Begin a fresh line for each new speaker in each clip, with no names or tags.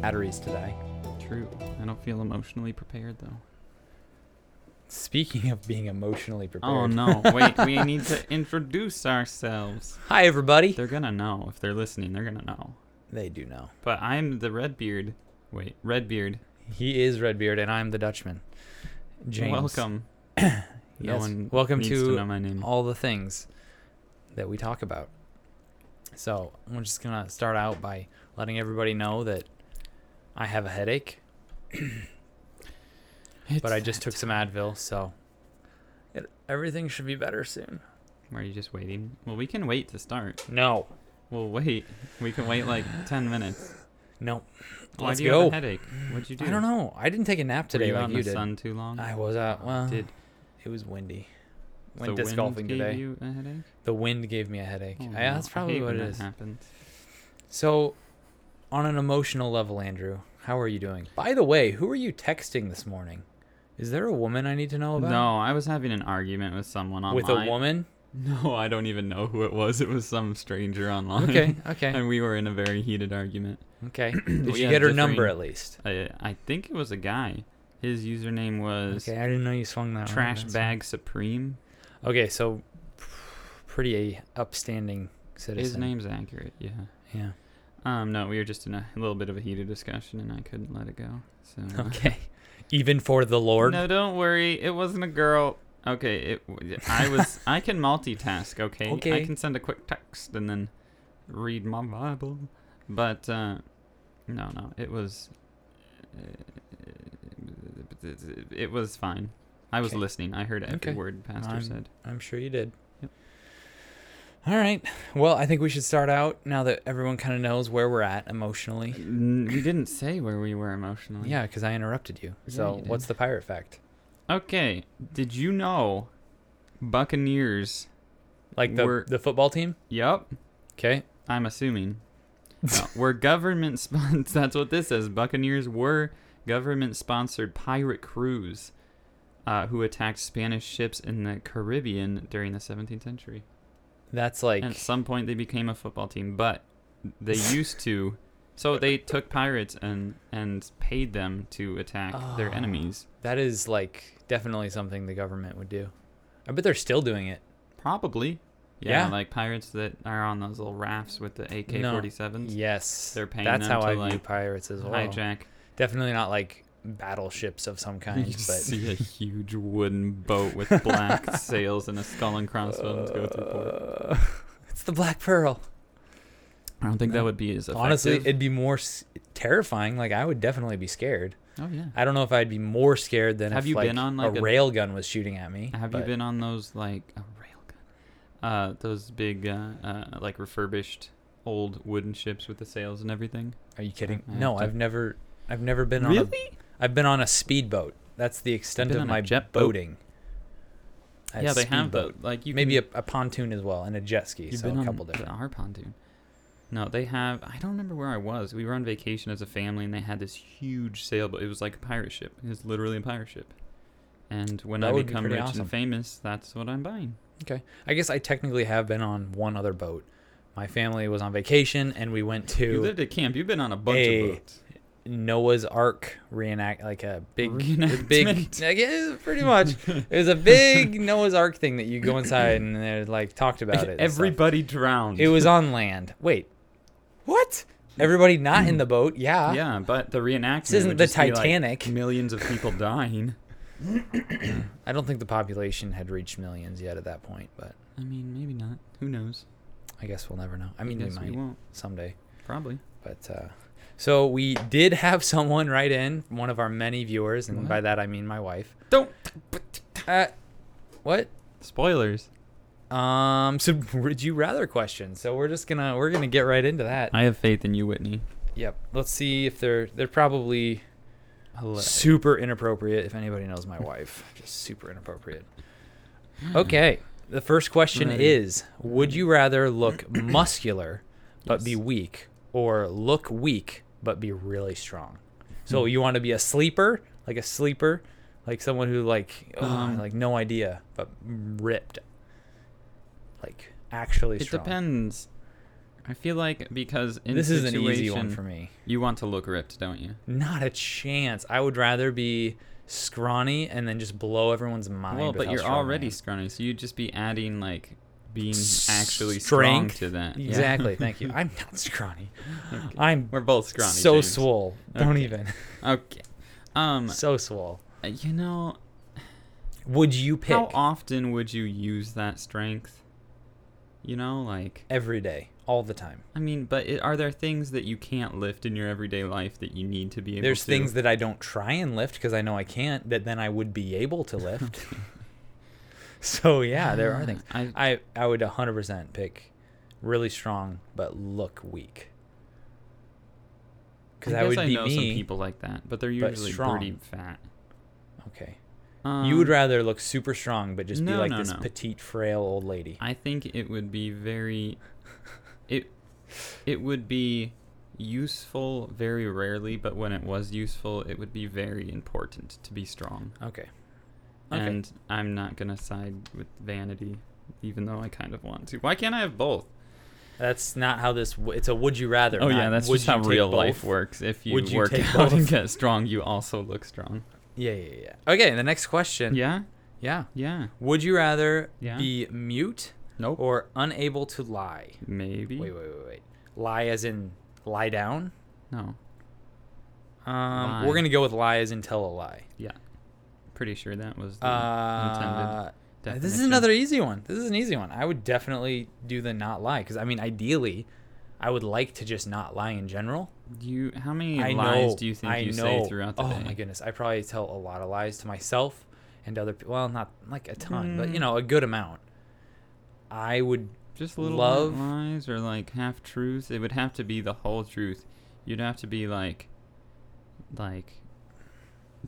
batteries today.
True. I don't feel emotionally prepared though.
Speaking of being emotionally prepared.
Oh no! Wait, we need to introduce ourselves.
Hi, everybody.
They're gonna know if they're listening. They're gonna know.
They do know.
But I'm the Redbeard. Wait, Redbeard.
He is Redbeard, and I'm the Dutchman. James.
Welcome. No
Yes.
one
Welcome
needs
to
to know my name.
all the things that we talk about. So I'm just gonna start out by letting everybody know that I have a headache, but I
It's
just
that
took some Advil, so it, everything should be better soon.
time. Are you just waiting? Well, we can wait to start.
No,
We'll wait. We can wait like ten minutes.
no,
Why
Let's
do you
go.
have a headache? What'd you do?
I don't know. I didn't take a nap
Were
today
you out
like
in
you
the
did.
sun too long?
I was out. Well,
did
it was windy. Went
the
disc
wind
golfing
gave
today.
you a headache?
The wind gave me a headache.
Oh,
I-
no.
that's
I
probably
hate
what
when
it
that
is.
happens.
So, on an emotional level, Andrew, how are you doing? By the way, who are you texting this morning? Is there a woman I need to know about?
No, I was having an argument with someone online.
With a woman?
No, I don't even know who it was. It was some stranger online.
Okay, okay,
and we were in a very heated argument.
okay. Did
We
you
had
get her
differing-
number at least?
I, I think it was a guy. His username was
Okay, I didn't know you swung that. way.
Trash
That's-
Bag Supreme.
Okay, so pretty upstanding citizen.
His name's accurate, yeah.
Yeah.
Um, no, we were just in a little bit of a heated discussion, and I couldn't let it go. So uh,
Okay. Even for the Lord.
no, don't worry. It wasn't a girl. Okay, it. w- I was. I can multitask. Okay?
Okay.
I can send a quick text and then read my Bible. But uh, no, no, it was. It was fine. I was
Okay.
listening. I heard every
Okay.
word Pastor
I'm-
said.
I'm sure you did.
Yep.
All right. Well, I think we should start out now that everyone kind of knows where we're at emotionally.
N- we didn't say where we were emotionally.
Yeah, because I interrupted you.
Yeah,
So,
you
what's
did.
the pirate fact?
Okay. Did you know, Buccaneers?
Like the
We're-
the football team?
Yup.
Okay.
I'm assuming. No, were government sponsored. That's what this is. Buccaneers were government sponsored pirate crews uh, who attacked Spanish ships in the Caribbean during the 17th century.
That's like
And at some point, they became a football team, but they used to. So they took pirates and, and paid them to attack
Oh.
their enemies.
that is like definitely something the government would do. I bet they're still doing it.
Probably. Yeah,
Yeah.
like pirates that are on those little rafts with the AK-47s.
Yes.
They're paying
That's how
them to,
I view
like,
pirates as well.
Hijack
Definitely not like battleships of some kind,
you
but
see a huge wooden boat with black sails and a skull and crossbones go through port.
Uh, It's the Black Pearl.
I don't think
no.
that would be as effective.
Honestly, it'd be more s- terrifying. Like I would definitely be scared.
oh yeah.
I don't know if I'd be more scared than
Have
if
you
like,
been on,
a,
like, a-
rail gun was shooting at me.
Have you
but-
been on those like a railgun? Uh, those big uh, uh, like refurbished old wooden ships with the sails and everything.
Are you kidding?
I have
No,
to-
I've never. I've never been on. A,
Really?
I've been on a speedboat. That's the extent
been
of
on a
my
jet boat?
boating. A
yeah, they have
speedboat.
the like you
Maybe
can-
a, a pontoon as well and a jet ski.
You've
so
been
a couple
on
different.
the- our pontoon. No, they have. I don't remember where I was. We were on vacation as a family, and they had this huge sailboat. It was like a pirate ship. It was literally a pirate ship. And when
That
I
would be
become
pretty
rich
awesome.
and famous, that's what I'm buying.
I guess I technically have been on one other boat. My family was on vacation and we went
You
to
lived at camp. You've been on a bunch
a
of boats.
Noah's Ark reenact like a big
Reenactment.
big like, yeah, pretty much. It was a big Noah's Ark thing that you go inside and they're like talked about it. and stuff.
Everybody drowned.
It was on land. Wait. What? Everybody not in the boat. Yeah.
yeah, but the reenactment.
This isn't
would
the
just be, like,
Titanic.
millions of people dying.
I don't think the population had reached millions yet at that point, but
I mean, maybe not. Who knows?
I guess we'll never know. I mean, we
Guess we
might
won't.
someday.
Probably.
But uh, so we did have someone write in, one of our many viewers, and
What?
by that I mean my wife.
Don't.
Uh, what?
Spoilers.
Um, so would you rather question? So we're just gonna we're gonna get right into that.
I have faith in you, Whitney.
Yep. Let's see if they're they're probably
Hello.
super inappropriate. If anybody knows my wife, just super inappropriate. Okay. The first question
Right.
is: Would you rather look muscular but be
Yes.
weak, or look weak but be really strong?
Hmm.
So you want to be a sleeper, like a sleeper, like someone who like ugh,
Um,
like no idea but ripped, like actually
It
strong.
depends. I feel like because in
this is an
situation,
easy one for me.
you want to look ripped, don't you?
Not a chance. I would rather be scrawny and then just blow everyone's mind.
well,
with
but
how
you're
strong I
already
am.
scrawny, so you'd just be adding like being
S-
actually
strength?
strong to that. Yeah.
Exactly. Thank you. I'm not scrawny. I'm
We're both scrawny.
so
James.
swole. Don't
Okay.
even.
Okay. Um,
so swole.
you know,
Would you pick
how often would you use that strength? You know, like
every day, all the time?
I mean, but it, are there things that you can't lift in your everyday life that you need to be able
There's
to?
things that I don't try and lift because I know I can't. That then I would be able to lift. so yeah, there are things.
I,
I I would 100% pick really strong but look weak. Because
I
that
guess
would
I
be
know
me.
some people like that, but they're
but
usually
strong.
pretty fat.
Okay.
Um,
you would rather look super strong but just be
no,
like
no,
this
no.
petite, frail old lady.
I think it would be very it it would be useful very rarely, but when it was useful, it would be very important to be strong.
Okay. Okay.
And I'm not going to side with vanity even though I kind of want to. Why can't I have both?
That's not how this. W- it's a would you rather.
Oh
not
yeah, that's
would
just
you
how
take
real
both.
life works. If you,
Would you
work
take
out and
both?
get strong, you also look strong.
Yeah, yeah, yeah. Okay, the next question.
Yeah?
Yeah.
Yeah.
Would you rather
Yeah.
be mute
Nope.
or unable to lie?
Maybe.
Wait, wait, wait, wait. Lie as in lie down?
No.
Um,
Lie.
We're going to go with lie as in tell a lie.
Yeah. Pretty sure that was the intended
Uh, this is
definition.
another easy one. This is an easy one. I would definitely do the not lie because I mean, ideally, I would like to just not lie in general.
Do you how many
I
lies
know,
do you think
I
you
know.
say throughout the
oh
day?
my goodness, I probably tell a lot of lies to myself and other people. Well, not like a ton, but
Mm.
you know, a good amount. I would.
Just little
Love-
lies or like half truths. It would have to be the whole truth. You'd have to be like like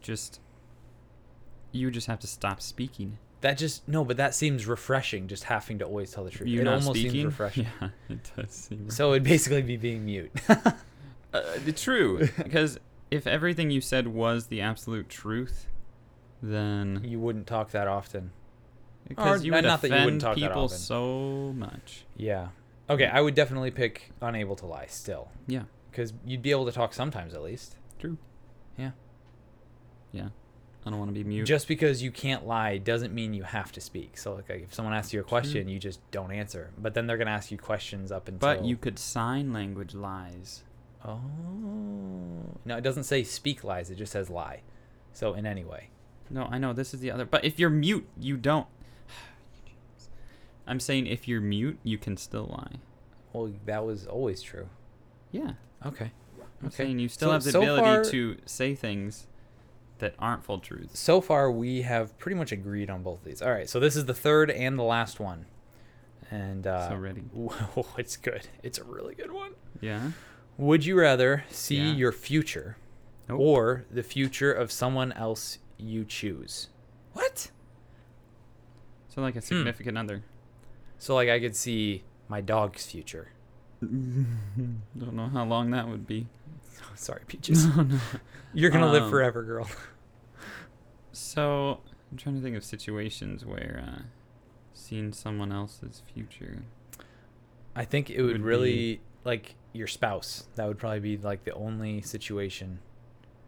just you would just have to stop speaking.
That just no, but that seems refreshing. Just having to always tell the truth.
You
it
not
almost
speaking?
seems refreshing.
Yeah, it does seem.
So it'd basically be being mute.
uh, true, because if everything you said was the absolute truth, then
you wouldn't talk that often.
because you
not-
would
not that you wouldn't
offend
talk that
people
often.
so much.
Yeah. Okay, I would definitely pick unable to lie still.
Yeah,
because you'd be able to talk sometimes at least.
true.
Yeah.
Yeah, I don't want to be mute.
Just because you can't lie doesn't mean you have to speak. So like, if someone asks you a question, you just don't answer. But then they're gonna ask you questions up until.
But you could sign language lies.
Oh. No, it doesn't say speak lies. It just says lie. So in any way.
No, I know this is the other. But if you're mute, you don't. I'm saying if you're mute, you can still lie.
Well, that was always true.
Yeah.
Okay.
I'm
Okay.
saying you still
So-
have the
so
ability
far-
to say things that aren't full truths.
So far, we have pretty much agreed on both of these. All right. So this is the third and the last one. And uh,
So ready.
Whoa, it's good. It's a really good one.
Yeah.
Would you rather see
Yeah.
your future
Nope.
or the future of someone else you choose? What?
So like a
Hmm.
significant other.
So, like, I could see my dog's future.
Don't know how long that would be.
Sorry, Peaches.
No, no.
You're going to
Um,
live forever, girl.
So I'm trying to think of situations where uh, seeing someone else's future.
I think it would,
would
really,
be-
like, your spouse. That would probably be, like, the only situation.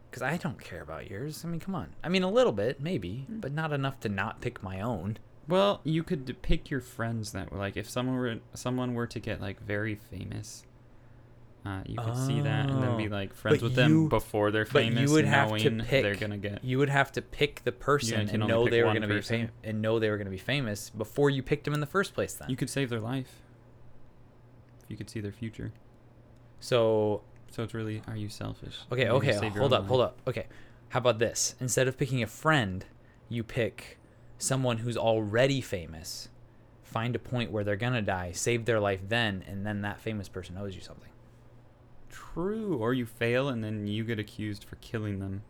Because I don't care about yours. I mean, come on. I mean, a little bit, maybe, but not enough to not pick my own.
Well, you could d- pick your friends that were like if someone were someone were to get like very famous, uh, you could see that and then be
Oh.
like friends
But
with
you-
them before they're
but you
famous,
would have
knowing
to pick
they're gonna get.
you would have to pick the person
can
and
only
know
pick
they were
one
going to be
person.
fam- and know they were going to be famous before you picked them in the first place then
You could save their life. If you could see their future,
so
so it's really are you selfish?
okay
You're gonna
okay
save your
hold
own
up hold
life.
up okay how about this instead of picking a friend you pick someone who's already famous find a point where they're going to die save their life then and then that famous person owes you something
True, or you fail and then you get accused for killing them.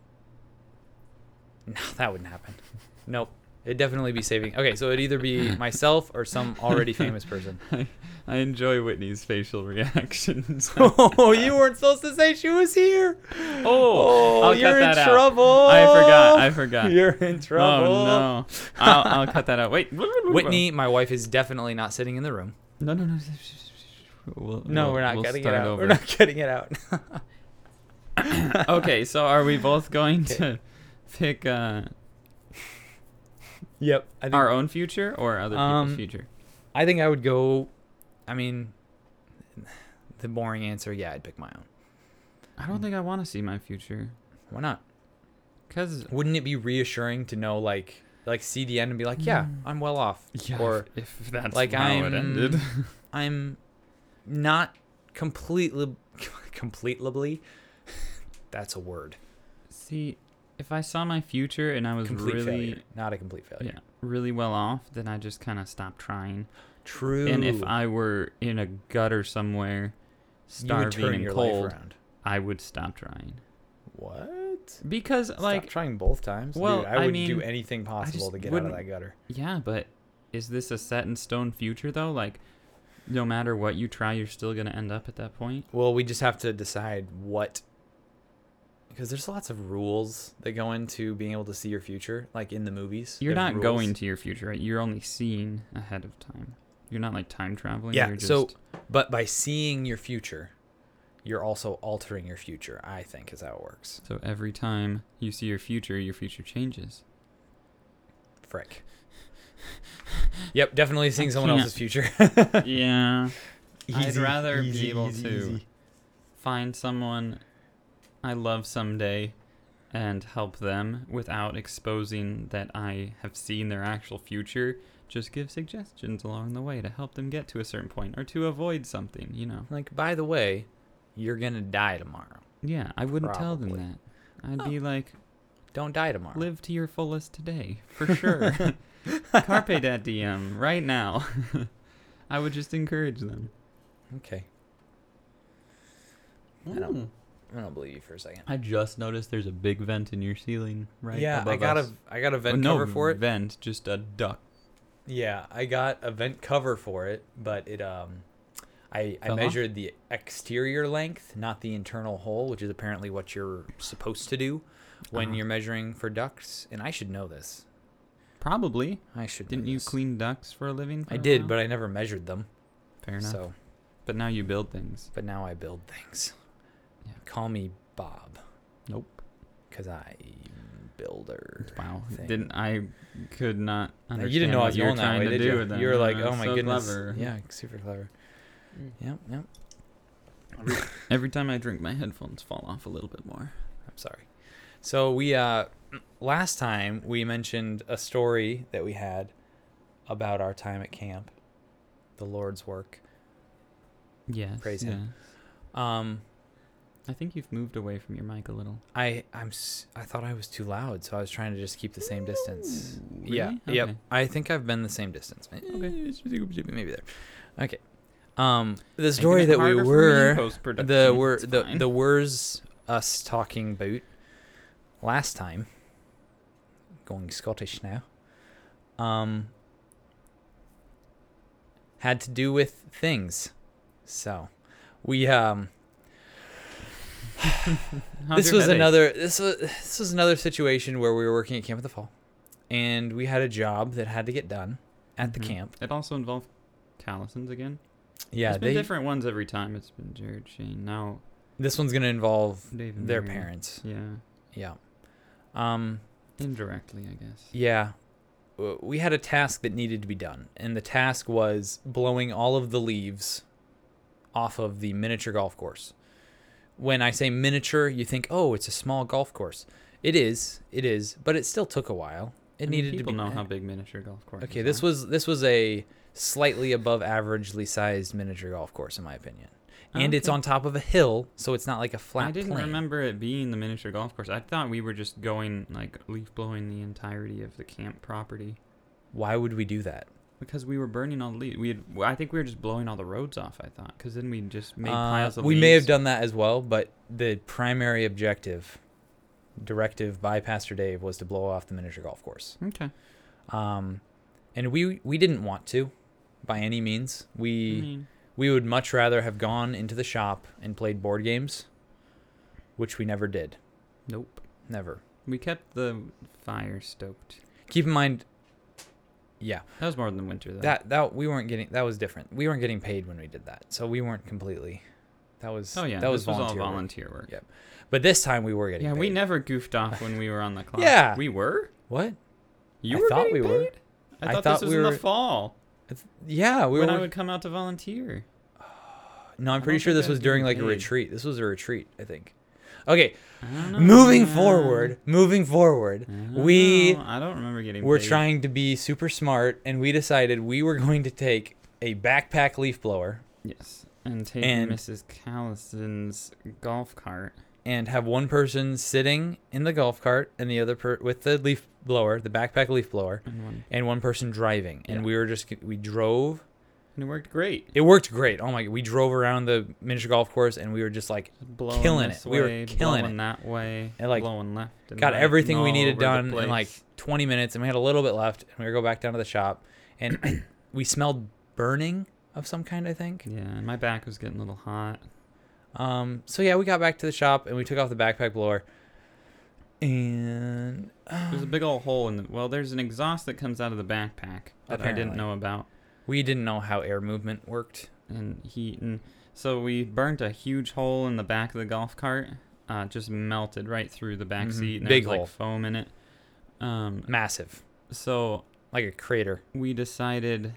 no that wouldn't happen nope it'd definitely be saving okay so it'd either be myself or some already famous person
I, I enjoy Whitney's facial reactions.
oh, you weren't supposed to say she was here.
Oh, I'll
you're
cut that
in
out.
trouble.
I forgot, I forgot.
You're in trouble.
Oh no! I'll, I'll cut that out. Wait,
Whitney, my wife is definitely not sitting in the room.
No, no, no. We'll,
No,
we'll-
we're not
we'll
getting it
start
out.
over.
We're not getting it out.
okay, so are we both going
Okay.
to pick uh,
yep. I think,
our own future or other people's
Um,
future?
I think I would go. I mean, the boring answer. Yeah, I'd pick my own.
I don't think I want to see my future
Why not?
because
Wouldn't it be reassuring to know, like, like see the end and be like, yeah,
Mm.
I'm well off, or
if, if that's
like
how it
I'm-
ended.
I'm not completely, completely. That's a word.
see, if I saw my future and I was
Complete
really
failure, not a complete failure.
yeah, really well off, then I just kind of stopped trying.
True.
And if I were in a gutter
you
somewhere,
would
starving
turn
and
your
cold,
life around.
I would stop trying.
What?
Because
Like
like,
trying both times.
well,
Dude, I
I
would
mean,
do anything possible
just
to get out of
wouldn't-
that gutter.
yeah, but is this a set in stone future though? Like, no matter what you try, you're still gonna end up at that point.
Well, we just have to decide what because there's lots of rules that go into being able to see your future, like in the movies.
You're
there's
not
rules.
going to your future, right? You're only seeing ahead of time. You're not like time traveling.
Yeah,
You're just,
so- but by seeing your future, you're also altering your future, I think is how it works.
so every time you see your future, your future changes.
Frick. yep, definitely seeing someone
can't.
else's future.
yeah. I'd rather be able to- find someone I love someday and help them without exposing that I have seen their actual future. Just give suggestions along the way to help them get to a certain point or to avoid something, you know.
Like, by the way, you're gonna die tomorrow.
Yeah, I wouldn't tell
Probably.
them that. I'd be like,
Don't die tomorrow.
live to your fullest today, for sure. Carpe dat diem, right now. I would just encourage them.
Okay.
Hmm.
I don't- I don't believe you for a second.
I just noticed there's a big vent in your ceiling, right?
yeah, I
above
got
us.
a I got a vent
no
cover for it.
vent, just a duct.
Yeah, I got a vent cover for it, but it um I I
Fell off?
measured the exterior length, not the internal hole, which is apparently what you're supposed to do when
Ah.
you're measuring for ducts, and I should know this.
Probably.
I should know
Didn't you
this.
clean ducks for a living?
I did, but I never measured them.
fair enough.
So,
But now you build things.
but now I build things.
Yeah.
Call me Bob
Nope.
cuz I builder.
Wow.
thing.
Didn't I? Could not
Now,
understand.
you didn't know I
what
was
you were
going that
trying
way,
to
did
do
you?
with them.
you were like,
Yeah,
"Oh my
so
goodness,
clever.
yeah, super clever."
Mm.
Yep, yep.
Every time I drink, my headphones fall off a little bit more.
I'm sorry. So we uh last time we mentioned a story that we had about our time at camp, the Lord's work.
Yes.
Praise
yeah.
him. Um
I think you've moved away from your mic a little.
I I'm s- I thought I was too loud, so I was trying to just keep the same distance.
Really?
Yeah. Yep.
Okay.
I think I've been the same distance. Eh,
Okay.
Maybe there. Okay. Um the story that we were the were the the words us talking about last time going scottish now um had to do with things so we um this was another this was this was another situation where we were working at camp at the fall and we had a job that had to get done at the
Mhm.
camp
It also involved callousins again.
yeah
it's been
they,
different ones every time. It's been Jared Shane. Now
this one's gonna involve
Dave and
their
Mary.
parents
Yeah.
yeah um
Indirectly, I guess.
Yeah. W- We had a task that needed to be done, and the task was blowing all of the leaves off of the miniature golf course. When I say miniature, you think, oh, it's a small golf course. It is, it is, but it still took a while. It
I mean,
needed to
people
be.
know how big miniature golf courses.
okay, this
are.
was this was a slightly above averagely sized miniature golf course, in my opinion. And it's
Okay.
on top of a hill, so it's not like a flat
I didn't
plain.
remember it being the miniature golf course. I thought we were just going like leaf blowing the entirety of the camp property
Why would we do that?
because we were burning all the leaves. We had, I think we were just blowing all the roads off. I thought because then we just made
Uh,
piles of.
we may have
leaves.
done that as well, but the primary objective, directive by Pastor Dave, was to blow off the miniature golf course.
Okay.
Um, and we we didn't want to, by any means.
I
We
mean,
we would much rather have gone into the shop and played board games, which we never did.
nope.
Never.
We kept the fire stoked.
Keep in mind, yeah,
That was more than winter though.
that that we weren't getting that was different. We weren't getting paid when we did that, so we weren't completely. That was
oh yeah,
that was
this was all
volunteer. work.
volunteer work.
Yeah, But this time we were getting.
Yeah, we
paid.
never goofed off when we were on the clock.
Yeah.
we were.
What?
You
I
were
thought
getting
we were.
paid? I
I
thought,
thought
this was
we
in the
were-
fall
It's- Yeah, we
when
were.
I would come out to volunteer.
no, I'm
I
pretty
don't
sure
think I
this was
was
during like
getting
a
paid.
retreat. This was a retreat, I think. Okay,
I don't know,
moving
man.
forward, moving forward,
I don't
we
know. I don't remember getting.
were
paid.
trying to be super smart, and we decided we were going to take a backpack leaf blower
Yes, and taking
And-
Mrs. Callison's golf cart.
and have one person sitting in the golf cart and the other per- with the leaf blower, the backpack leaf blower,
And, one,
and one person driving.
Yeah.
And we were just we drove.
and it worked great.
It worked great. Oh my! We drove around the miniature golf course, and we were just like
Blowing
Killing
this
it. We were
way,
killing
blowing that way,
And, like,
blowing left. And
got
right and
everything we
all
needed
over the
done in like
place.
20 minutes and we had a little bit left and we were go back down to the shop and we smelled burning of some kind i think
Yeah, and my back was getting a little hot.
um so yeah we got back to the shop and we took off the backpack blower and
There's a big old hole in the. Well, there's an exhaust that comes out of the backpack that I didn't
Apparently.
know about.
we didn't know how air movement worked
and heat and so we burnt a huge hole in the back of the golf cart uh, just melted right through the back
Mhm.
seat and
Big
there was,
hole.
like foam in it um,
massive
so
like a crater
we decided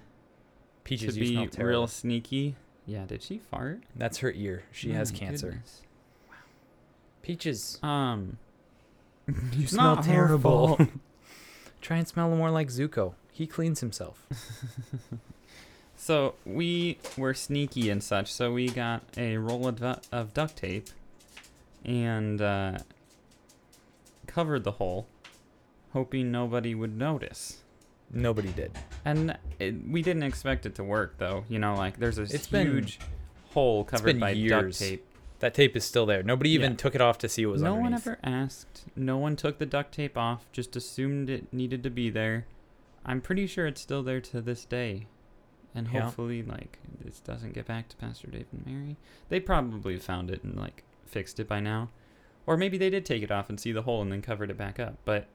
peaches
to
you smell
be
terrible
real sneaky yeah did she fart
that's her ear she
Oh
has
my
cancer
goodness.
peaches
um
you
smell terrible.
try and smell more like zuko he cleans himself
so we were sneaky and such so we got a roll of, du- of duct tape and uh, covered the hole hoping nobody would notice
nobody did
And it, we didn't expect it to work, though. You know, like there's this
It's been-
huge hole covered
been
by
years.
duct tape.
that tape is still there nobody even
Yeah.
took it off to see what was
No one
underneath.
ever asked. No one took the duct tape off. Just assumed it needed to be there. I'm pretty sure it's still there to this day. And
Yeah.
hopefully, like this doesn't get back to Pastor Dave and Mary. They probably found it and like fixed it by now, or maybe they did take it off and see the hole and then covered it back up. But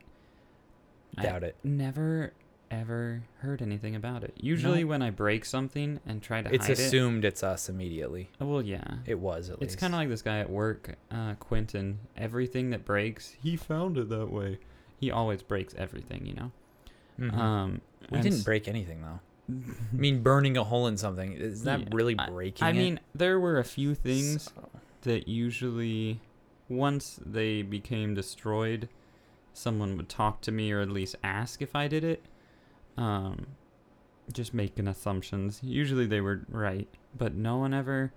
I-
doubt it
never ever heard anything about it. Usually when I break something and try to
It's
hide
assumed it's us immediately.
it. Well, yeah.
It was at least.
It's kind of like this guy at work, uh, Quentin. Everything that breaks, he found it that way. He always breaks everything, you know.
Mhm.
Um,
we
and
didn't
s-
break anything though. I mean, burning a hole in something is that
Yeah,
really breaking? it?
I
Oh,
mean, there were a few things
So-
that usually, once they became destroyed, someone would talk to me or at least ask if I did it. Um, just making assumptions. Usually they were right, but no one ever,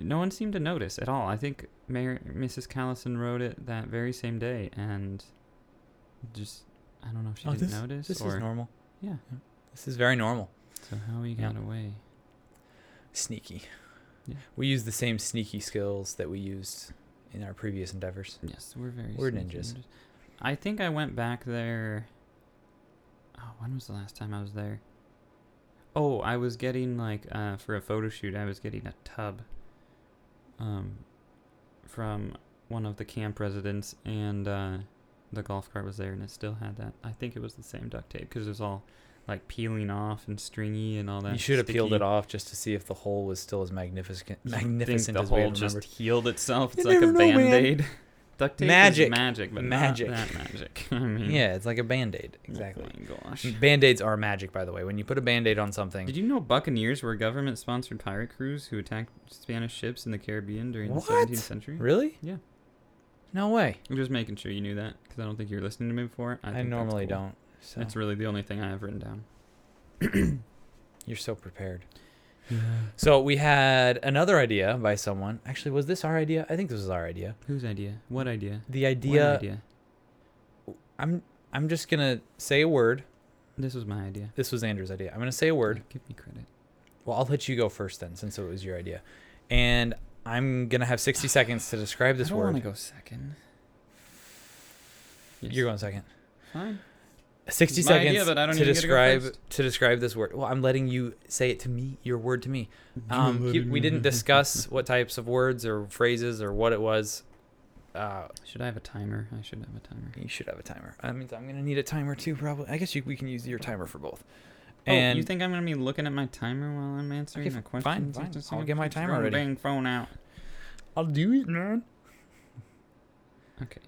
no one seemed to notice at all. I think Mayor Mrs. Callison wrote it that very same day, and just I don't know if she
Oh,
didn't notice
this
or
is normal.
yeah.
This is very normal.
So how he
Yeah.
got away.
Sneaky.
Yeah.
We use the same sneaky skills that we used in our previous endeavors.
Yes, we're very.
We're
sneaky
ninjas.
I think I went back there. Oh, when was the last time I was there? Oh, I was getting like uh, for a photo shoot. I was getting a tub. Um, from one of the camp residents, and uh, the golf cart was there, and it still had that. I think it was the same duct tape because it was all like peeling off and stringy and all that.
you should have peeled
sticky.
it off just to see if the hole was still as magnificent,
You think
magnificent
the
as we
hole
had
just
remembered.
healed itself.
You
It's like a
never know, man.
band aid. Duct tape
Magic.
is magic, but
Magic.
not that magic. I mean,
Yeah, it's like a band aid.
oh
Exactly.
my gosh.
Band aids are magic, by the way. When you put a band aid on something,
Did you know Buccaneers were government-sponsored pirate crews who attacked Spanish ships in the Caribbean during
What?
the 17th century?
really?
Yeah.
No way.
I'm just making sure you knew that because I don't think you were listening to me before.
I,
think that's
normally
cool.
don't. So
That's really the only thing I have written down.
You're so prepared. So we had another idea by someone. Actually, was this our idea? I think this was our idea.
Whose idea? What idea?
The
What
idea,
idea?
I'm I'm just gonna say a word.
This was my idea.
This was Andrew's idea. I'm gonna say a word.
Give me credit.
Well, I'll let you go first then, since it was your idea. And I'm gonna have 60 seconds to describe this
I don't want to
word.
go second. Yes.
You're going second.
Fine.
60
my idea,
seconds
but I don't
to
even get to go
describe
first.
to describe this word. Well, I'm letting you say it to me. Your word to me. Um, he- we didn't discuss what types of words or phrases or what it was. Uh,
Should I have a timer? I should have a timer.
you should have a timer. I mean, I'm gonna need a timer too, probably. I guess you, we can use your timer for both.
oh, you think I'm gonna be looking at my timer while I'm answering
Okay,
the
fine,
questions?
fine.
Just
I'll
gonna
get my
keep
timer
throwing
ready.
Dang phone out.
I'll do it, man.
Okay.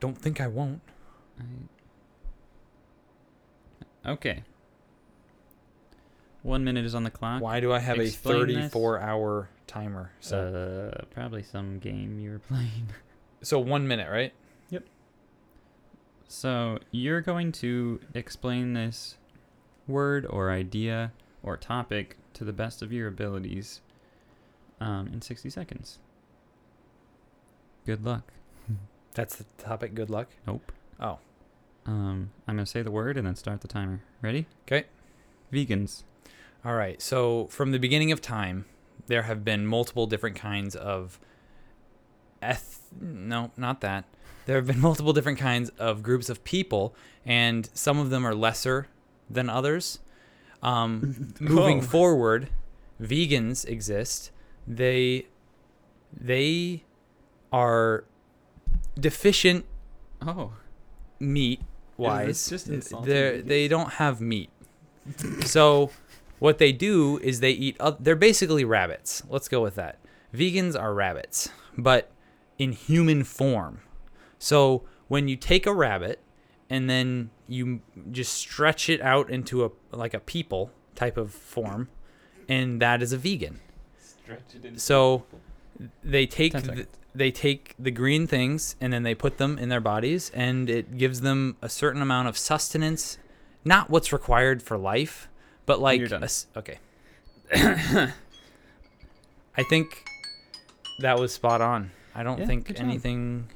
Don't think I won't.
I... Okay. One minute is on the clock.
Why do I have a
Explain this.
34 hour timer? So,
Uh, probably some game you were playing.
so one minute, right?
So you're going to explain this word or idea or topic to the best of your abilities um, in 60 seconds. Good luck.
That's the topic. Good luck.
Nope.
Oh.
Um, I'm going to say the word and then start the timer. Ready?
'Kay.
Vegans.
All right. So from the beginning of time, there have been multiple different kinds of eth no, not that. There have been multiple different kinds of groups of people and some of them are lesser than others. Um, moving
Whoa.
forward, vegans exist. They they are deficient
Oh.
meat wise.
this just insulting
They're-
vegans?
They don't have meat. so what they do is they eat oth- they're basically rabbits. Let's go with that. Vegans are rabbits, but in human form. So when you take a rabbit and then you m- just stretch it out into a like a people type of form and that is a vegan.
Stretch it
So they take
Ten
th-
seconds.
they take the green things and then they put them in their bodies, and it gives them a certain amount of sustenance, not what's required for life, but like
You're done.
a s- okay. I think that was spot on. I don't
Yeah, good
think
job.
anything.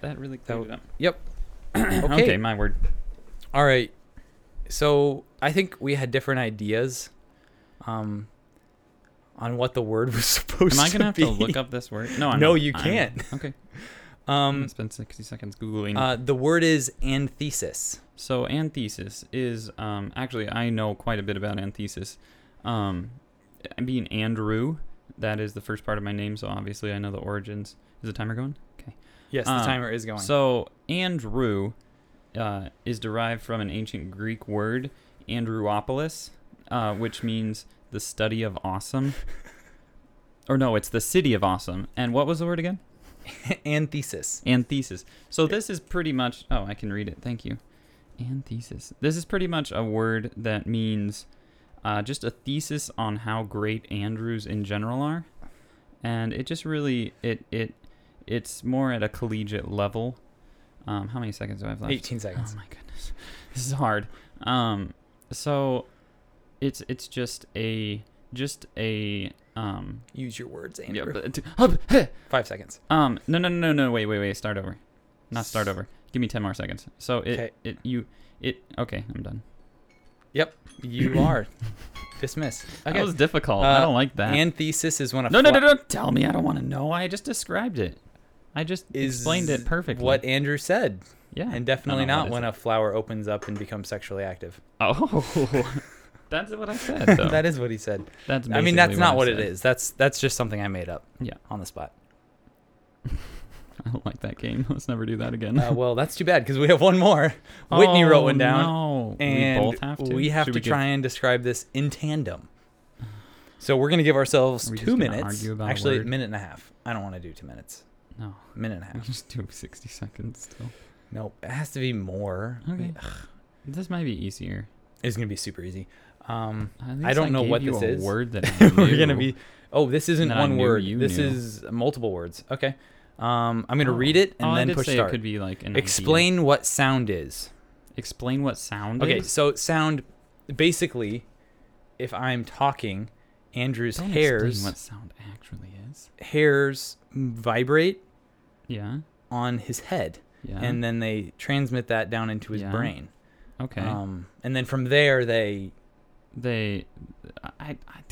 That really cleared it up.
Yep.
Okay. my word.
All right. So I think we had different ideas, um, on what the word was supposed.
Am I going to have
be.
to look up this word? No, I'm
No,
not.
you
I'm-
can't.
Okay. I'm
Um,
going to spend 60 seconds Googling.
Uh, the word is antithesis.
So antithesis is um, actually I know quite a bit about antithesis. Um, I- being Andrew, that is the first part of my name, so obviously I know the origins. Is the timer going? Okay.
Yes,
Um,
the timer is going.
So Andrew uh, is derived from an ancient Greek word, Andrewpolis, uh, which means the study of awesome. or no, it's the city of awesome. And what was the word again?
antithesis.
Antithesis. So this is pretty much. Oh, I can read it. Thank you. Antithesis. This is pretty much a word that means uh, just a thesis on how great Andrews in general are, and it just really it it it's more at a collegiate level. Um, how many seconds do I have left?
18 seconds.
Oh my goodness, this is hard. Um, so it's it's just a just a um.
Use your words,
Yeah,
Andrew.
but- hub, heh.
Five seconds.
Um, no, no, no, no, no. Wait, wait, wait. Start over. Not start over. Give me ten more seconds. So it,
'Kay.
it, you, it. Okay, I'm done.
You are dismissed.
That
Okay.
was difficult. I
Uh,
don't like that.
Antithesis is one of
no, no, no, no. Tell me. I don't want to know. I just described it. I just
Is
explained it perfectly.
What Andrew said,
Yeah.
and definitely
know,
not
what is
when a flower opens up and becomes sexually active.
oh, that's what I said. Though.
that is what he said.
that's.
I mean, that's
basically
not
I
what it
said.
is. That's that's just something I made up.
Yeah.
On the spot.
I don't like that game. Let's never do that again.
Uh, well, that's too bad because we have one more. Whitney wrote one
Oh,
down.
No.
and
we both have to.
we have
Should
to
give-
try and describe this in tandem. So we're gonna give ourselves
Are we
two
just gonna
minutes.
argue about a
Actually,
word?
minute and a half. I don't want to do two minutes.
No.
Minute and a
We
half.
just do 60 seconds still.
no, it has to be more.
Okay. This might be easier.
It's gonna be super easy. Um,
At least
I don't know
gave
what
you
this
a
is.
Word that I
we're gonna
knew.
be. Oh, this isn't
That I
one
knew
word.
you
This
knew.
is multiple words. Okay. Um, I'm gonna
Oh.
read it and
Oh, I
then
did
push
say
start.
It could be like an idea.
Explain what sound is.
Explain what sound.
Okay,
is?
so sound. Basically, if I'm talking, Andrew's
Don't
hairs
Explain what sound actually is.
hairs vibrate
Yeah.
on his head
Yeah.
and then they transmit that down into his
Yeah.
brain
okay.
um, and then from there they
they. I, I.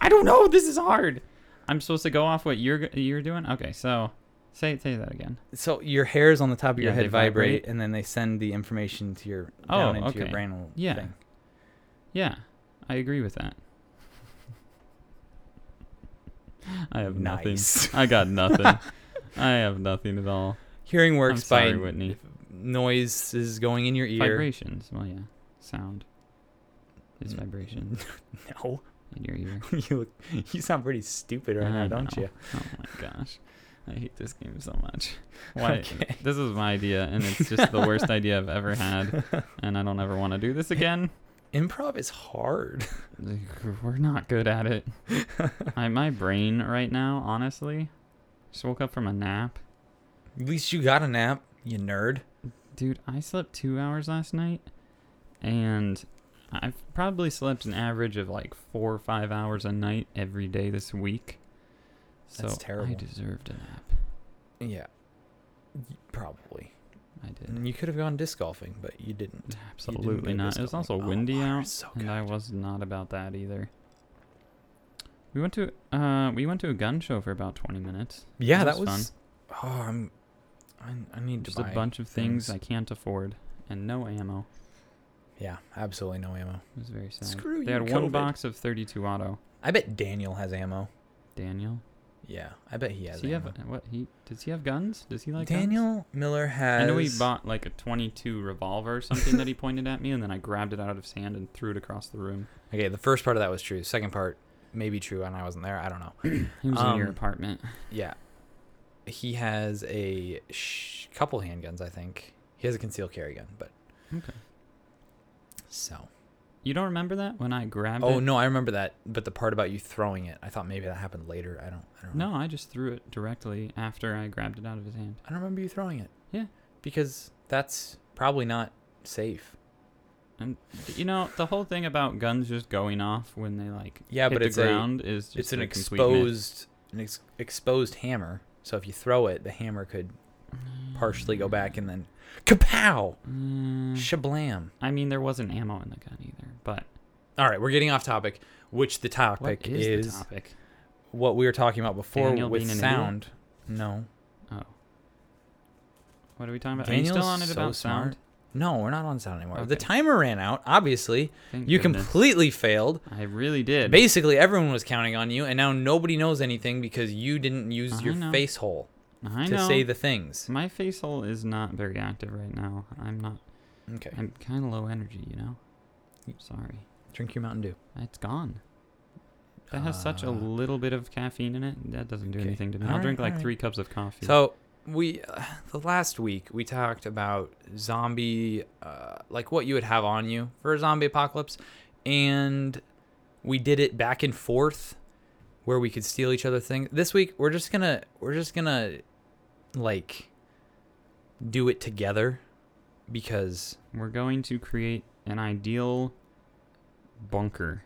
I don't know. This is hard. I'm supposed to go off what you're you're doing. Okay. So say say that again.
so your hairs on the top of your
Yeah, they
head vibrate,
vibrate.
and then they send the information to your
Oh,
down into your
okay.
brain
Yeah.
thing.
Yeah. I agree with that. I have nothing.
Nice.
I got nothing. I have nothing at all.
Hearing works
I'm sorry,
by
Whitney.
noises going in your ear.
Vibrations. Well, yeah. Sound. It's
Mm.
vibration
No,
in your ear.
you look, you sound pretty stupid right now,
I
don't
know.
you?
Oh my gosh. I hate this game so much. Why?
Okay.
This is my idea, and it's just the worst idea I've ever had, and I don't ever want to do this again.
Improv is hard.
We're not good at it. I, my brain right now, honestly, just woke up from a nap.
At least you got a nap, you nerd.
Dude, I slept two hours last night, and I've probably slept an average of like four or five hours a night every day this week. So
That's
I
terrible.
deserved a nap.
Yeah, Y- probably.
I did.
And you could have gone disc golfing, but you didn't. You didn't
Absolutely
go
not.
disc
It was also
golfing. Oh,
windy
water
out,
is so
and I
good.
was not about that either. We went to uh, we went to a gun show for about twenty minutes.
Yeah,
It
that
was fun.
was. Oh, I'm. I, I need
Just
to
a
buy.
bunch of things,
things.
I can't afford, and no ammo.
Yeah, absolutely no ammo.
It was very sad.
Screw you,
they had one
COVID.
box of thirty-two auto.
I bet Daniel has ammo.
Daniel,
Yeah, I bet he has
does he have
ammo.
what? He does he have guns? Does he like guns?
Daniel Miller has.
I know he bought like a twenty-two revolver or something that he pointed at me, and then I grabbed it out of his hand and threw it across the room.
Okay, the first part of that was true. Second part may be true, and I wasn't there. I don't know.
He was in
Um,
your apartment.
Yeah, he has a sh- couple handguns. I think he has a concealed carry gun, but
Okay.
so.
You don't remember that when I grabbed it?
Oh no, I remember that. But the part about you throwing it, I thought maybe that happened later. I don't. I don't. know.
No, I just threw it directly after I grabbed it out of his hand.
I don't remember you throwing it.
Yeah.
Because that's probably not safe.
And you know, the whole thing about guns just going off when they like
Yeah,
hit
but
the
it's a-
ground is just
it's an
a complete myth.
exposed an ex- exposed hammer. So if you throw it, the hammer could partially go back and then kapow,
Mm,
shablam.
I mean, there wasn't ammo in the gun either, but
All right, we're getting off topic, which the
what
topic is,
is, the topic?
what we were talking about before
Daniel
with
being an idiot?
sound. No.
Oh, what are we talking about? are you
Daniel's
still on it
so
about sound?
No, we're not on sound anymore. The
Okay.
timer ran out, obviously.
Thank
you
goodness.
completely failed.
I really did.
Basically, everyone was counting on you, and now nobody knows anything because you didn't use
I
your
know.
face hole
I
to
know.
say the things.
My face hole is not very active right now. I'm not.
Okay.
I'm kind of low energy, you know. Sorry,
Drink your Mountain Dew.
it's gone. That has such a
Uh,
little bit of caffeine in it. That doesn't do
okay.
anything to me.
All
I'll
right,
drink
all
like
right.
three cups of coffee.
So we uh, the last week we talked about zombie, uh, like what you would have on you for a zombie apocalypse, and we did it back and forth, where we could steal each other things. This week we're just gonna we're just gonna like do it together because
we're going to create an ideal bunker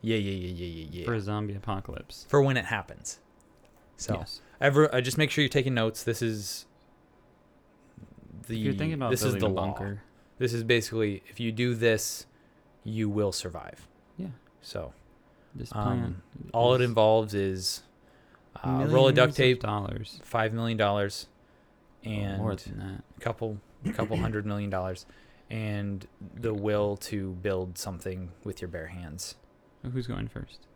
yeah yeah yeah yeah yeah yeah
for
for,
a zombie apocalypse.
when it happens. So
Yes.
ever uh, just make sure you're taking notes. This is the
If you're thinking about
this is
building
the
a
law.
bunker.
this is basically if you do this you will survive
Yeah.
so
This plan.
um, all it
is
involves is uh, roll of duct
millions
tape
dollars,
five million dollars
or Oh, more
and
than that.
couple couple hundred million dollars and the will to build something with your bare hands
Who's going first?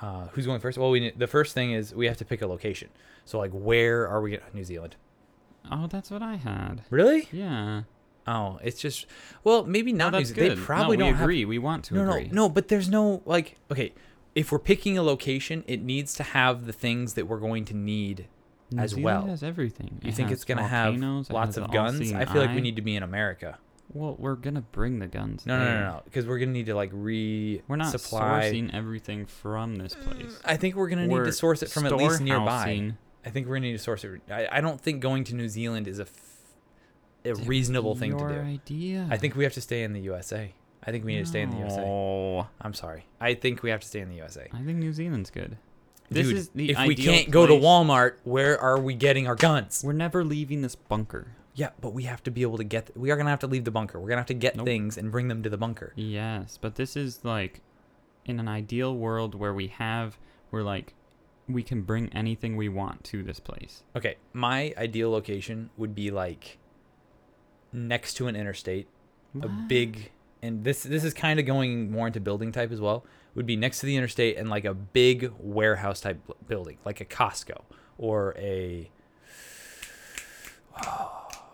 uh, who's going first well we ne- the first thing is we have to pick a location so like where are we gonna new zealand
Oh, that's what I had.
really
Yeah.
oh it's just well maybe
No,
not new
that's
Ze-
good.
they probably
no, we
don't have
agree. We want to
no,
agree.
No, no, but there's no like okay, if we're picking a location, it needs to have the things that we're going to need.
New
as
Zealand
well.
has everything.
You
It
think
has
it's going to have
volcanoes, it
lots
has
of
the
guns?
all-seeing
I feel like
eye.
we need to be in America.
Well, we're gonna bring the guns.
No, no, no,
there.
no, no, because we're going to need to like re
We're not
supply.
sourcing everything from this place.
Mm, I think we're going to need
We're
to source it from at least nearby.
storehousing-
I think we're going to need to source it. I, I don't think going to New Zealand is a, f- a reasonable thing to
Your
do.
Idea.
I think we have to stay in the USA. I think we need to stay in the USA.
No.
I'm sorry. I think we have to stay in the USA.
I think New Zealand's good. This
Dude,
is the
if we
ideal
can't go to
place.
Walmart, where are we getting our guns?
We're never leaving this bunker.
Yeah, but we have to be able to get. we are gonna have to leave the bunker. We're gonna have to get
Nope.
things and bring them to the bunker.
Yes, but this is like in an ideal world where we have we're like we can bring anything we want to this place.
Okay, my ideal location would be like next to an interstate, a
What?
big, and this this is kind of going more into building type as well. Would be next to the interstate and like a big warehouse type building, like a Costco or a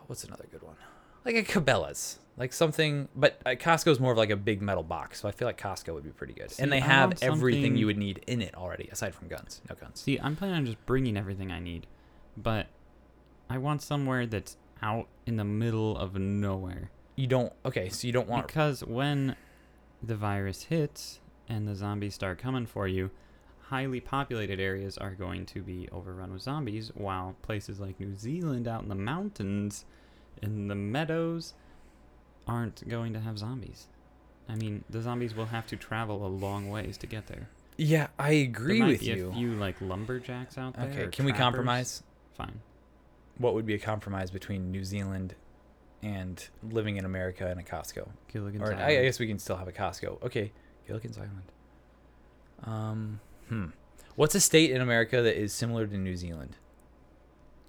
what's another good one? Like a Cabela's, like something. But uh, Costco's more of like a big metal box, so I feel like Costco would be pretty good.
See,
and they
I
have
want
everything
something-
you would need in it already, aside from guns. No guns.
See, I'm planning on just bringing everything I need, but I want somewhere that's out in the middle of nowhere.
You don't. Okay, so you don't want.
Because when the virus hits and the zombies start coming for you, highly populated areas are going to be overrun with zombies, while places like New Zealand out in the mountains, in the meadows, aren't going to have zombies. I mean, the zombies will have to travel a long ways to get there.
Yeah, I
There
agree
might
with
be
you.
A few like lumberjacks out there.
Okay,
or
can we
trappers.
compromise?
Fine.
What would be a compromise between New Zealand and living in America and a Costco?
Gilligan's
Or I, I
Island.
guess we can still have a Costco. Okay, Gilligan's Island. Um, hmm. What's a state in America that is similar to New Zealand?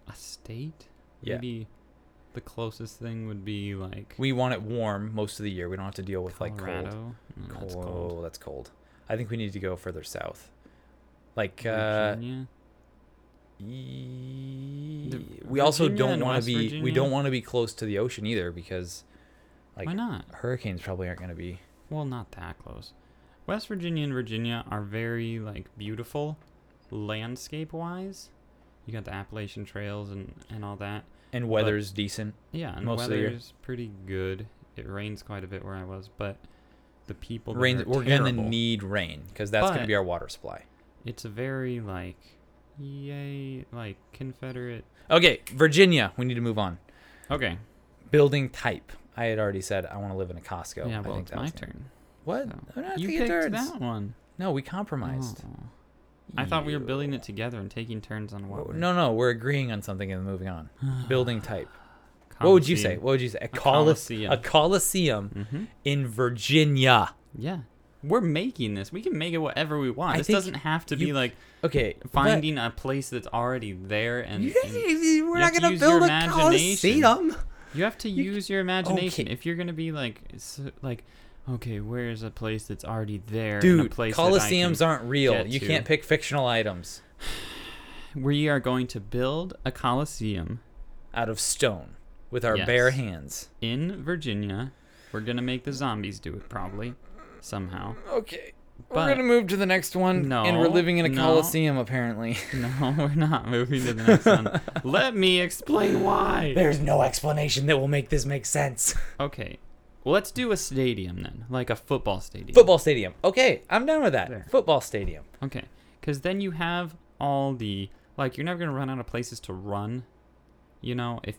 a state.
Yeah.
Maybe the closest thing would be like
We want it warm most of the year. We don't have to deal with like cold.
Colorado. Mm,
Cold.
that's cold.
That's cold. I think we need to go further south. Like uh,
Virginia.
e-
The-
we also
Virginia
don't
and
want to
West
be we
Virginia?
don't want to be close to the ocean either because like
Why not?
hurricanes probably aren't going to be.
Well, not that close. West Virginia and Virginia are very like beautiful, landscape wise. You got the Appalachian trails and and all that.
And weather's decent.
Yeah, and
Most of the year.
weather's pretty good. It rains quite a bit where I was, but the people there
rain.
are
We're going to
terrible.
need rain because that's going to
But-
be our water supply.
It's a very like, yay, like Confederate.
Okay, Virginia. We need to move on.
Okay.
Building type. I had already said I want to live in a Costco.
yeah,
I
well,
think
it's
that
my
was-
turn.
What?
so-
We're not
you
taking
picked
turns.
that one.
No, we compromised.
Oh. I thought we were building
You-
it together and taking turns on what.
Wha-
we're-
No, no, we're agreeing on something and moving on. Building type. What would you say? What would you say? A, colis-
coliseum.
a coliseum
Mm-hmm.
in Virginia.
Yeah, we're making this. We can make it whatever we want.
I
this
think
doesn't have to be
you-
like
Okay, but-
finding a place that's already there, and,
You-
and
we're
you
not
have to
gonna
use
build
your
a
imagination.
coliseum.
you have to
you-
use your imagination
okay.
if you're gonna be like, s like, okay, where is a place that's already there? and a
Dude,
place
coliseums
that
aren't real.
get
You
to.
can't pick fictional items
I can, We are going to build a coliseum
out of stone with our bare
Yes.
hands.
in Virginia. We're gonna make the zombies do it probably, somehow.
Okay.
But-
we're gonna move to the next one, and we're
No,
living in a
no.
coliseum apparently.
No, we're not moving to the next one. Let me explain why.
There's no explanation that will make this make sense.
Okay. Well, let's do a stadium then, like a football stadium.
Football stadium. Okay, I'm done with that.
There.
Football stadium.
Okay. Because then you have all the like you're never gonna run out of places to run. You know, if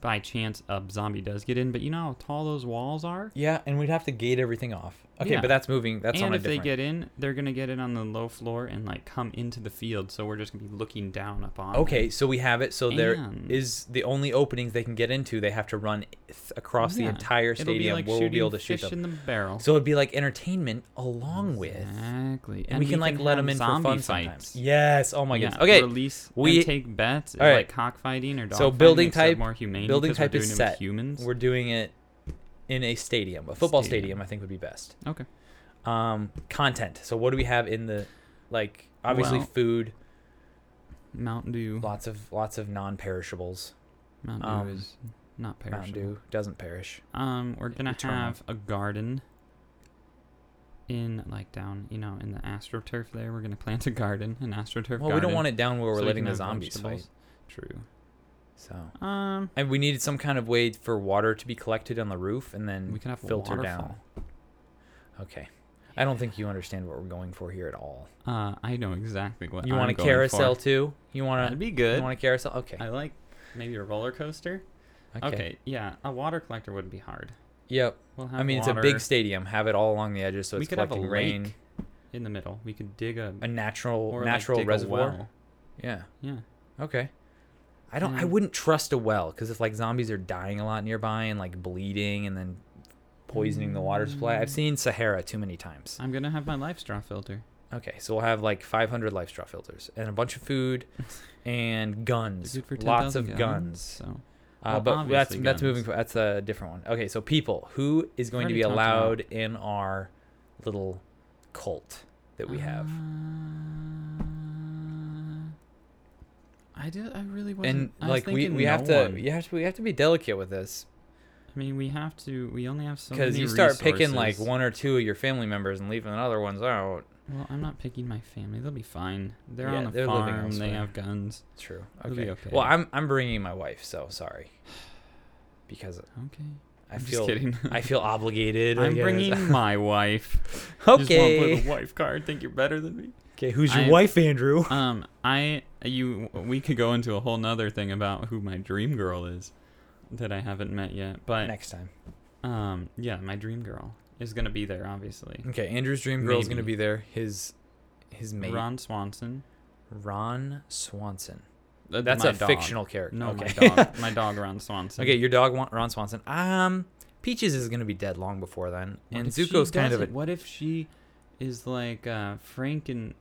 by chance a zombie does get in, but you know how tall those walls are.
Yeah, and we'd have to gate everything off. Okay,
Yeah.
but that's moving. That's on
and
a
if they
different.
get in, they're gonna get in on the low floor and like come into the field. So we're just gonna be looking down upon. them.
okay, so we have it. So there
And-
is the only openings they can get into. They have to run th- across
Yeah.
the entire
It'll be
stadium
like
where we'll be
shooting
able to shoot
fish
them.
in the barrel.
So it'd be like entertainment along with,
exactly,
and we can like let
have
them in for fun
zombie
sometimes. Yes. Oh my
yeah,
goodness. Okay.
Release
we-
and take bets
All right.
like cockfighting or dog
So building
except
type-
more humane
building
'cause we're
type is
doing it with
set.
humans.
We're doing it in a stadium, a football stadium.
Stadium.
I think would be best.
okay.
Um, content. So what do we have in the, like obviously
Well- mm-hmm.
food,
Mountain Dew.
lots of lots of non-perishables.
Mountain Dew
um,
is not
Mountain
perishable.
Dew doesn't perish.
Um, we're gonna
Eternal.
have a garden. In like down, you know, in the astroturf there, we're gonna plant a garden, an astroturf.
Well, we don't want it down where we're letting the zombies fight.
True.
So,
Um,
and we needed some kind of way for water to be collected on the roof and then
we can have a
filter down.
waterfall.
Okay, I don't think you understand what we're going for here at all.
Uh, I know exactly what
You
I'm
want a
going for.
carousel too? You
That'd
want
be
to?
good.
You want a carousel? Okay.
I like maybe a roller coaster. Okay. yeah, a water collector would be hard.
Yep.
We'll have
I mean, it's a
water
big stadium. Have it all along the edges, so
We
it's
could have a
collecting rain.
lake. in the middle. We could dig a
A natural
or, like,
natural
dig a
reservoir.
well.
Yeah.
Yeah,
Okay. I don't. I
Mm.
wouldn't trust a well because if like zombies are dying a lot nearby and like bleeding and then poisoning the water supply, I've seen
Mm.
Sahara too many times.
I'm gonna have my life straw filter.
Okay, so we'll have like 500 life straw filters and a bunch of food and guns,
They're good for
lots
10,000
of guns.
So
Uh,
Well,
but that's
obviously
that's moving. For,
guns.
that's a different one. Okay, so people, who is going to
Already
be
talked
allowed in our little cult that we have?
Uh, I did. I really wasn't.
and
I was
like we,
thinking
we have to
no one.
you have to we have to be delicate with this
I mean, we have to. We only have so many.
because you start picking like
resources.
one or two of your family members and leaving the other ones out.
Well, I'm not picking my family. They'll be fine. They're
Yeah,
on a
they're living
farm. They
elsewhere.
have guns.
True.
It'll be
Okay.
okay.
Well, I'm I'm bringing my wife, so sorry. Because
Okay.
I
I'm
feel
just kidding.
I feel obligated. I
I'm
guess.
bringing my wife. Just won't play
okay.
the wife card. Think you're better than me.
Okay, who's
your I-
wife, Andrew?
Um, I you we could go into a whole nother thing about who my dream girl is that I haven't met yet. But
Next time.
um, yeah, my dream girl is gonna be there, obviously.
Okay, Andrew's dream girl's gonna
Maybe.
be there. His his mate Ron,
Ron Swanson.
Swanson.
Uh,
That's
my
a
dog.
fictional character.
No,
okay.
my dog. My dog, Ron Swanson.
okay, your dog Wa- Ron Swanson. Um, Peaches is gonna be dead long before then,
What
and
if she
Zuko's kind of a
doesn't? What if she is like uh, Frank and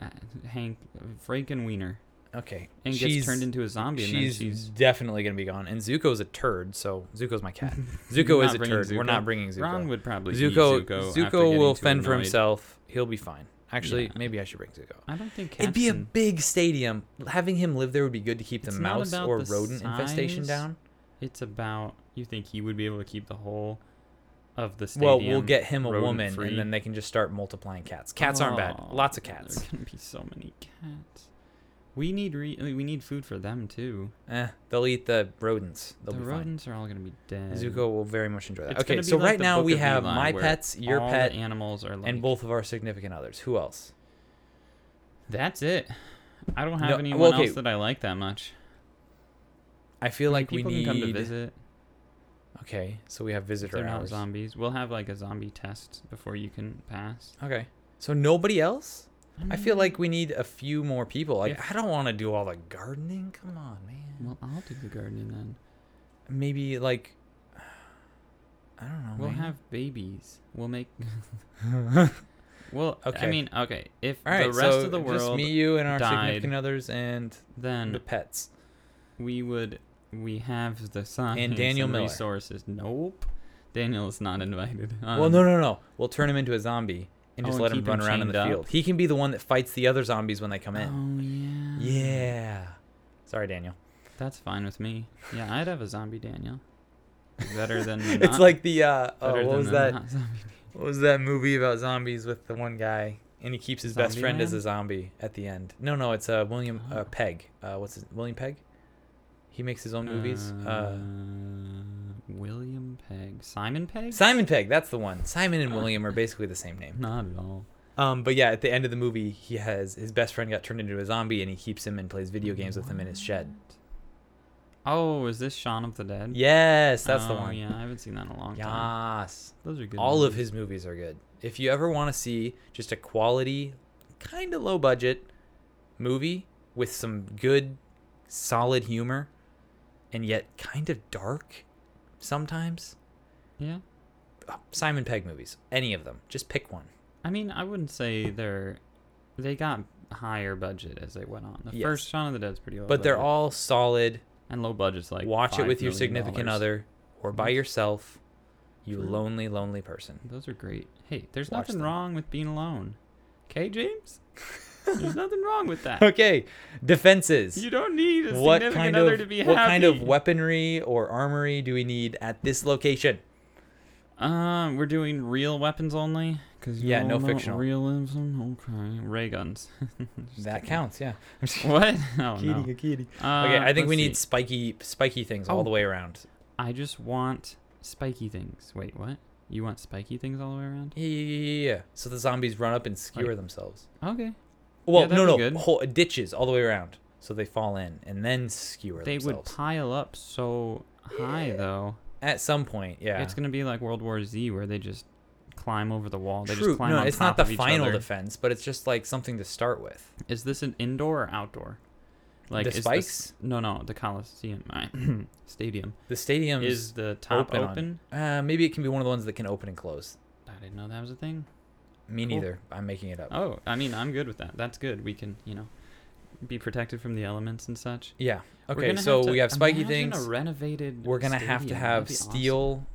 uh, Hank, Frank and Wiener,
okay.
and gets turned into a zombie, and then
She's,
she's
definitely gonna be gone, and Zuko's a turd. So Zuko's my cat. Zuko
Not
is a
bringing
turd. We're
Zuko.
not bringing Zuko.
Ron would probably eat
Zuko,
Zuko. after
Zuko will
getting too
fend for
annoyed.
himself. He'll be fine. Actually,
Yeah.
maybe I should bring Zuko.
I don't think cats
It'd be a
can-
big stadium. Having him live there would be good to keep the
It's not
mouse
about
or
the
rodent infestation
size.
down.
It's about you think he would be able to keep the whole of the stadium.
Well, we'll get him a woman,
rodent-free?
and then they can just start multiplying cats. Cats aren't bad.
Oh,
Lots of cats.
There's gonna be so many cats. We need re- we need food for them too.
Eh, they'll eat the rodents. They'll
the
be
rodents are all gonna be dead.
fine. Zuko will very much enjoy that.
It's
Okay,
gonna be
so
like
right
the
now
Book
we
of
have
Eli,
my
where
pets, your
all
pet,
the animals are like,
and both of our significant others. Who else?
That's it. I don't have
No,
anyone
well, okay.
else that I like that much.
I feel like we
People
need.
can come to visit.
Okay, so we have
If
visitor
they're not
hours.
zombies. We'll have like a zombie test before you can pass.
Okay, so nobody else. I feel
Mm,
like we need a few more people. Like
Yeah.
I don't want to do all the gardening. Come on, man.
Well, I'll do the gardening then.
Maybe like I don't know.
We'll
man.
have babies. We'll make. well, okay.
Okay.
I mean, okay. If
all right.
the rest
so
of the
just
world,
me, you, and our
died.
significant others, and the
then
pets.
we would we have the science
Daniel Miller.
resources. Nope, Daniel is not invited. Um,
well, no, no, no. We'll turn him into a zombie and
Oh,
just
and
let him
keep
run
him
around in the
chained up?
field. He can be the one that fights the other zombies when they come in.
Oh yeah.
Yeah. Sorry, Daniel.
That's fine with me. Yeah, I'd have a zombie Daniel. Better than the
it's
not-
like the uh, oh,
better
what
than
was
the
that?
not zombie
What was that movie about zombies with the one guy and he keeps his best friend as
Zombieland?
a zombie at the end? No, no, it's uh, William uh,
Oh.
Peg. Uh, what's his William Peg? He makes his own movies. Uh,
William Pegg, Simon Pegg.
Simon Peg, that's the one. Simon and
Uh.
William are basically the same name.
Not at all.
Um, but yeah, at the end of the movie, he has his best friend got turned into a zombie and he keeps him and plays video games with him in his shed.
What? Oh, is this Shaun of the Dead?
Yes, that's the
Oh,
one.
Yeah, I haven't seen that in a long time.
Yes.
Those are good.
all of
movies.
his movies are good. If you ever want to see just a quality, kind of low budget movie with some good, solid humor, and yet kind of dark sometimes,
Yeah.
uh, Simon Pegg movies, any of them, just pick one.
I mean, I wouldn't say they're they got higher budget as they went on. The
Yes.
first Shaun of the Dead's pretty low.
But they're
budget.
all solid.
and low budget's like
Watch it
$5
with your
million
significant
dollars.
other or by
Yes.
yourself, you
True.
lonely, lonely person.
Those are great. Hey, there's
Watch
nothing
them.
wrong with being alone. Okay, James? There's nothing wrong with that.
Okay, defenses.
You don't need a
what
significant
kind
other
of
to be
what
happy.
kind of weaponry or armory do we need at this location?
Um, we're doing real weapons only. Cause you
Yeah,
all
no
know
fictional.
Realism, okay. Ray guns. Just
That
kidding.
counts, yeah.
What? Oh
a
no. Uh,
Okay, I think
let's
we
see.
need spiky spiky things all
Oh.
the way around.
I just want spiky things. Wait, what? You want spiky things all the way around?
Yeah, yeah, yeah, yeah, yeah. So the zombies run up and skewer
Like-
themselves.
Okay.
Well,
that'd
no,
be
no,
good.
whole, ditches all the way around, so they fall in and then skewer
They would
themselves.
pile up so high, though.
At some point, yeah.
It's gonna be like World War Z, where they just climb over the wall. They
True.
just climb
No,
on
it's not
top
the
of each
final
other.
defense, but it's just like something to start with.
Is this an indoor or outdoor? Like
The
is this-
spikes?
no, no, the Coliseum I- stadium
The stadium
is the top
open
open.
on- Uh, maybe it can be one of the ones that can open and close.
I didn't know that was a thing.
Me
Cool.
neither. I'm making it up.
Oh, I mean, I'm good with that. That's good. We can, you know, be protected from the elements and such.
Yeah.
We're
Okay.
gonna
So
have to-
we have spiky
imagine
things.
A renovated.
we're gonna have to
stadium.
have
That'd be awesome.
steel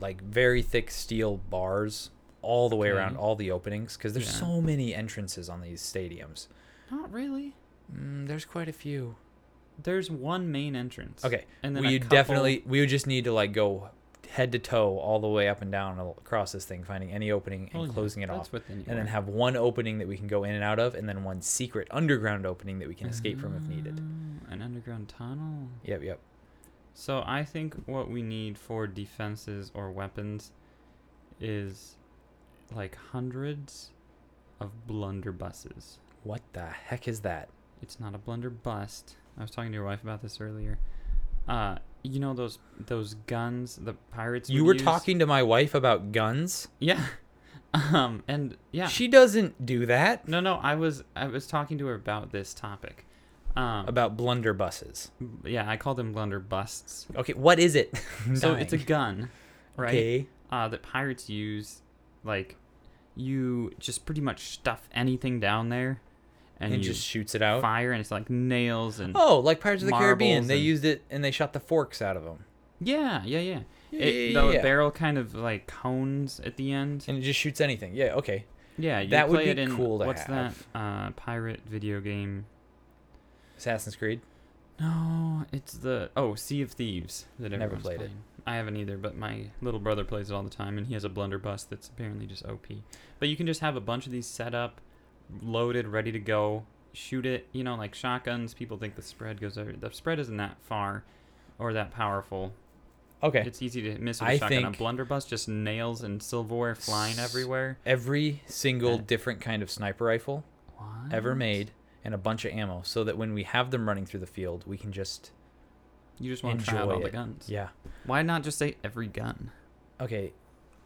like very thick steel bars all the way around
Okay.
all the openings because there's
Yeah.
so many entrances on these stadiums
Not really.
mm, there's quite a few
There's one main entrance.
Okay.
And then
we
a
would
couple-
definitely we would just need to like go head to toe all the way up and down al- across this thing, finding any opening and
Well, Oh, yeah,
closing it
that's
off,
within
and then
your-
have one opening that we can go in and out of, and then one secret underground opening that we can escape from if needed.
Oh, An underground tunnel.
Yep, yep.
So I think what we need for defenses or weapons is like hundreds of blunderbusses.
What the heck is that?
It's not a blunderbust. I was talking to your wife about this earlier. Uh, you know those those guns the pirates.
You
would
were
use?
talking to my wife about guns.
Yeah. Um, and yeah.
She doesn't do that.
no, no. I was I was talking to her about this topic. Um,
About blunderbusses.
yeah, I call them blunderbusts.
Okay, what is it? I'm
So it's a
dying.
gun, right?
Okay.
uh, that pirates use. Like, you just pretty much stuff anything down there, and,
And
you
just shoots it out.
fire, and it's like nails and
Oh, like Pirates of the Caribbean.
Marbles
They
and-
used it and they shot the forks out of them.
yeah, yeah, yeah.
Yeah,
It,
yeah,
the
yeah.
barrel kind of like cones at the end.
And it just shoots anything. Yeah, okay.
Yeah, you
that would
play
be
it in,
cool to
What's
have.
that uh, pirate video game?
Assassin's Creed.
No, it's the oh Sea of Thieves that
Never
everyone's
played it.
playing. I haven't either, but my little brother plays it all the time, and he has a blunderbuss that's apparently just OP. But you can just have a bunch of these set up, loaded, ready to go. Shoot it, you know, like shotguns. People think the spread goes over. The spread isn't that far, or that powerful.
Okay.
It's easy to miss with a
I
shotgun.
think-
a blunderbuss just nails and silverware flying
S-
everywhere.
Every single
Uh,
different kind of sniper rifle ever
What?
made and a bunch of ammo so that when we have them running through the field, we can just.
You just want to try out
Enjoy
all the
it.
guns.
Yeah.
Why not just say every gun?
Okay.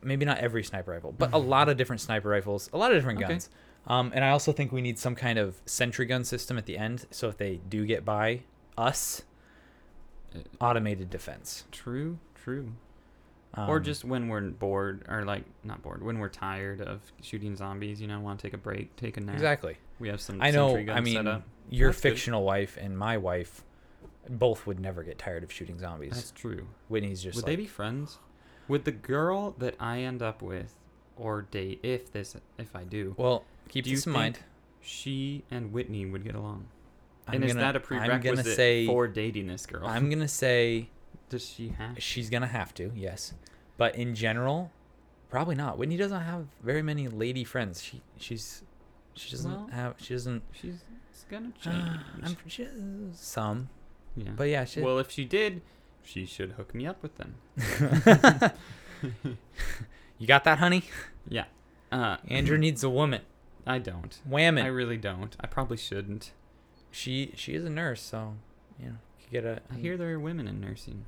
Maybe not every sniper rifle, but a lot of different sniper rifles, a lot of different
Mm-hmm. Okay.
guns. Um, and I also think we need some kind of sentry gun system at the end. So if they do get by us,
Uh,
automated defense.
True, true.
Um,
or just when we're bored, or like not bored, when we're tired of shooting zombies, you know, want to take a break, take a nap.
Exactly.
We have some.
I know.
sentry
I
guns set
mean,
up.
your
That's good.
fictional wife and my wife both would never get tired of shooting zombies.
That's true.
Whitney's just
Would
like,
they be friends? Would the girl that I end up with or date, if this, if I do,
well, keep
Do you
this in
think
mind.
she and Whitney would get along?
I'm
and is
gonna-
that a
I'm
prerequisite
gonna say,
for dating this girl?
I'm gonna say
Does she have?
she's gonna have to, yes. But in general, probably not. Whitney doesn't have very many lady friends. She she's she doesn't
Well,
have she doesn't
She's gonna change.
I'm, she, some.
yeah.
But yeah, she
well, if she did, she should hook me up with them.
You got that, honey?
Yeah. Uh,
Andrew needs a woman.
I don't.
Whammon.
I really don't. I probably shouldn't.
she she is a nurse, so you know could get a.
I hear there are women in nursing.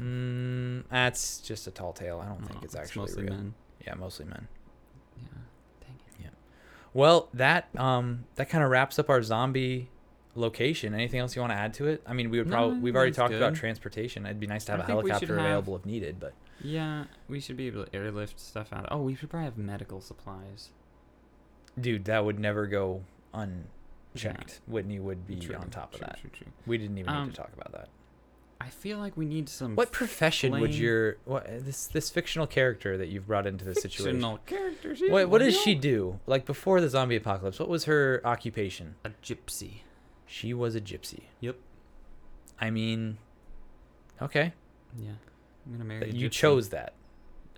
Mm, that's just a tall tale. I don't think
Oh,
it's actually
mostly
real.
men.
Yeah, mostly men.
Yeah. Dang it.
Well, that um that kind of wraps up our zombie location. Anything else you want to add to it? I mean, we would
No,
probably
I
we've
think
already
that's
talked about
good.
transportation. It'd be nice to
I
have a
think we should
helicopter
have-
available if needed, but
Yeah, we should be able to airlift stuff out. Oh, we should probably have medical supplies.
dude, that would never go unchecked. Whitney would be
True,
on top of
true,
that.
True, true.
We didn't even
Um,
need to talk about that.
I feel like we need some
What profession would
plain
your what this this fictional character that you've brought into this situation?
fictional characters.
What, what does she do? Like before the zombie apocalypse, what was her occupation?
A gypsy.
She was a gypsy.
Yep.
I mean, okay,
Yeah. I'm gonna marry.
that
a
you
gypsy.
chose that.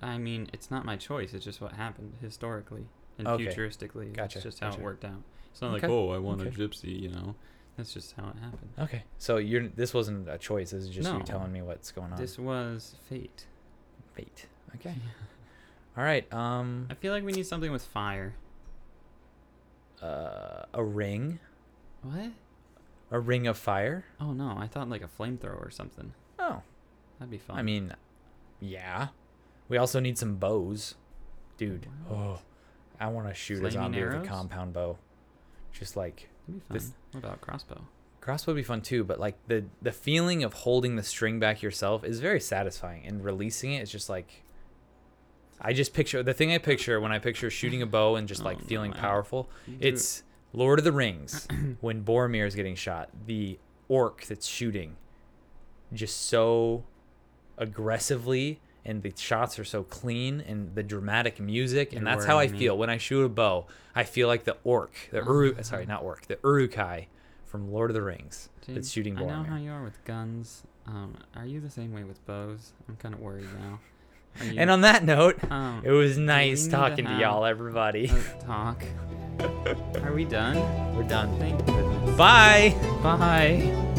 I mean, it's not my choice. It's just what happened historically and
Okay.
futuristically.
Gotcha,
It's just how
gotcha.
it worked out. It's not like,
Okay,
oh, I want a
okay.
gypsy. You know, that's just how it happened.
Okay, so you're this wasn't a choice. This is just you
No.
telling me what's going on.
This was fate.
Fate. Okay. All right. Um,
I feel like we need something with fire.
uh, a ring,
What?
a ring of fire.
Oh no, I thought like a flamethrower or something.
Oh,
That'd be fun.
I mean, yeah. We also need some bows, dude.
What?
Oh, I want to shoot a
Flaming
zombie with
arrows?
a compound bow. Just like
that'd be fun.
this-
What about crossbow?
crossbow would be fun too, but like the the feeling of holding the string back yourself is very satisfying, and releasing it is just like. I just picture the thing I picture when I picture shooting a bow and just
Oh,
like
no,
feeling
I-
powerful.
You do it.
It's Lord of the Rings when Boromir is getting shot. The orc that's shooting just so aggressively and the shots are so clean and the dramatic music and
You're
that's how I
worrying me.
Mm-hmm. feel when I shoot a bow. I feel like the orc, the Uru, sorry, not orc, the Urukai from Lord of the Rings
James,
that's shooting
I know how
Boromir.
you are with guns. Um, are you the same way with bows? I'm kind of worried now. Are you-
And on that note,
um,
it was
we
nice
need to
talking to
have
y'all, everybody.
a talk. Are we done?
We're done.
Thank goodness.
Bye.
Bye.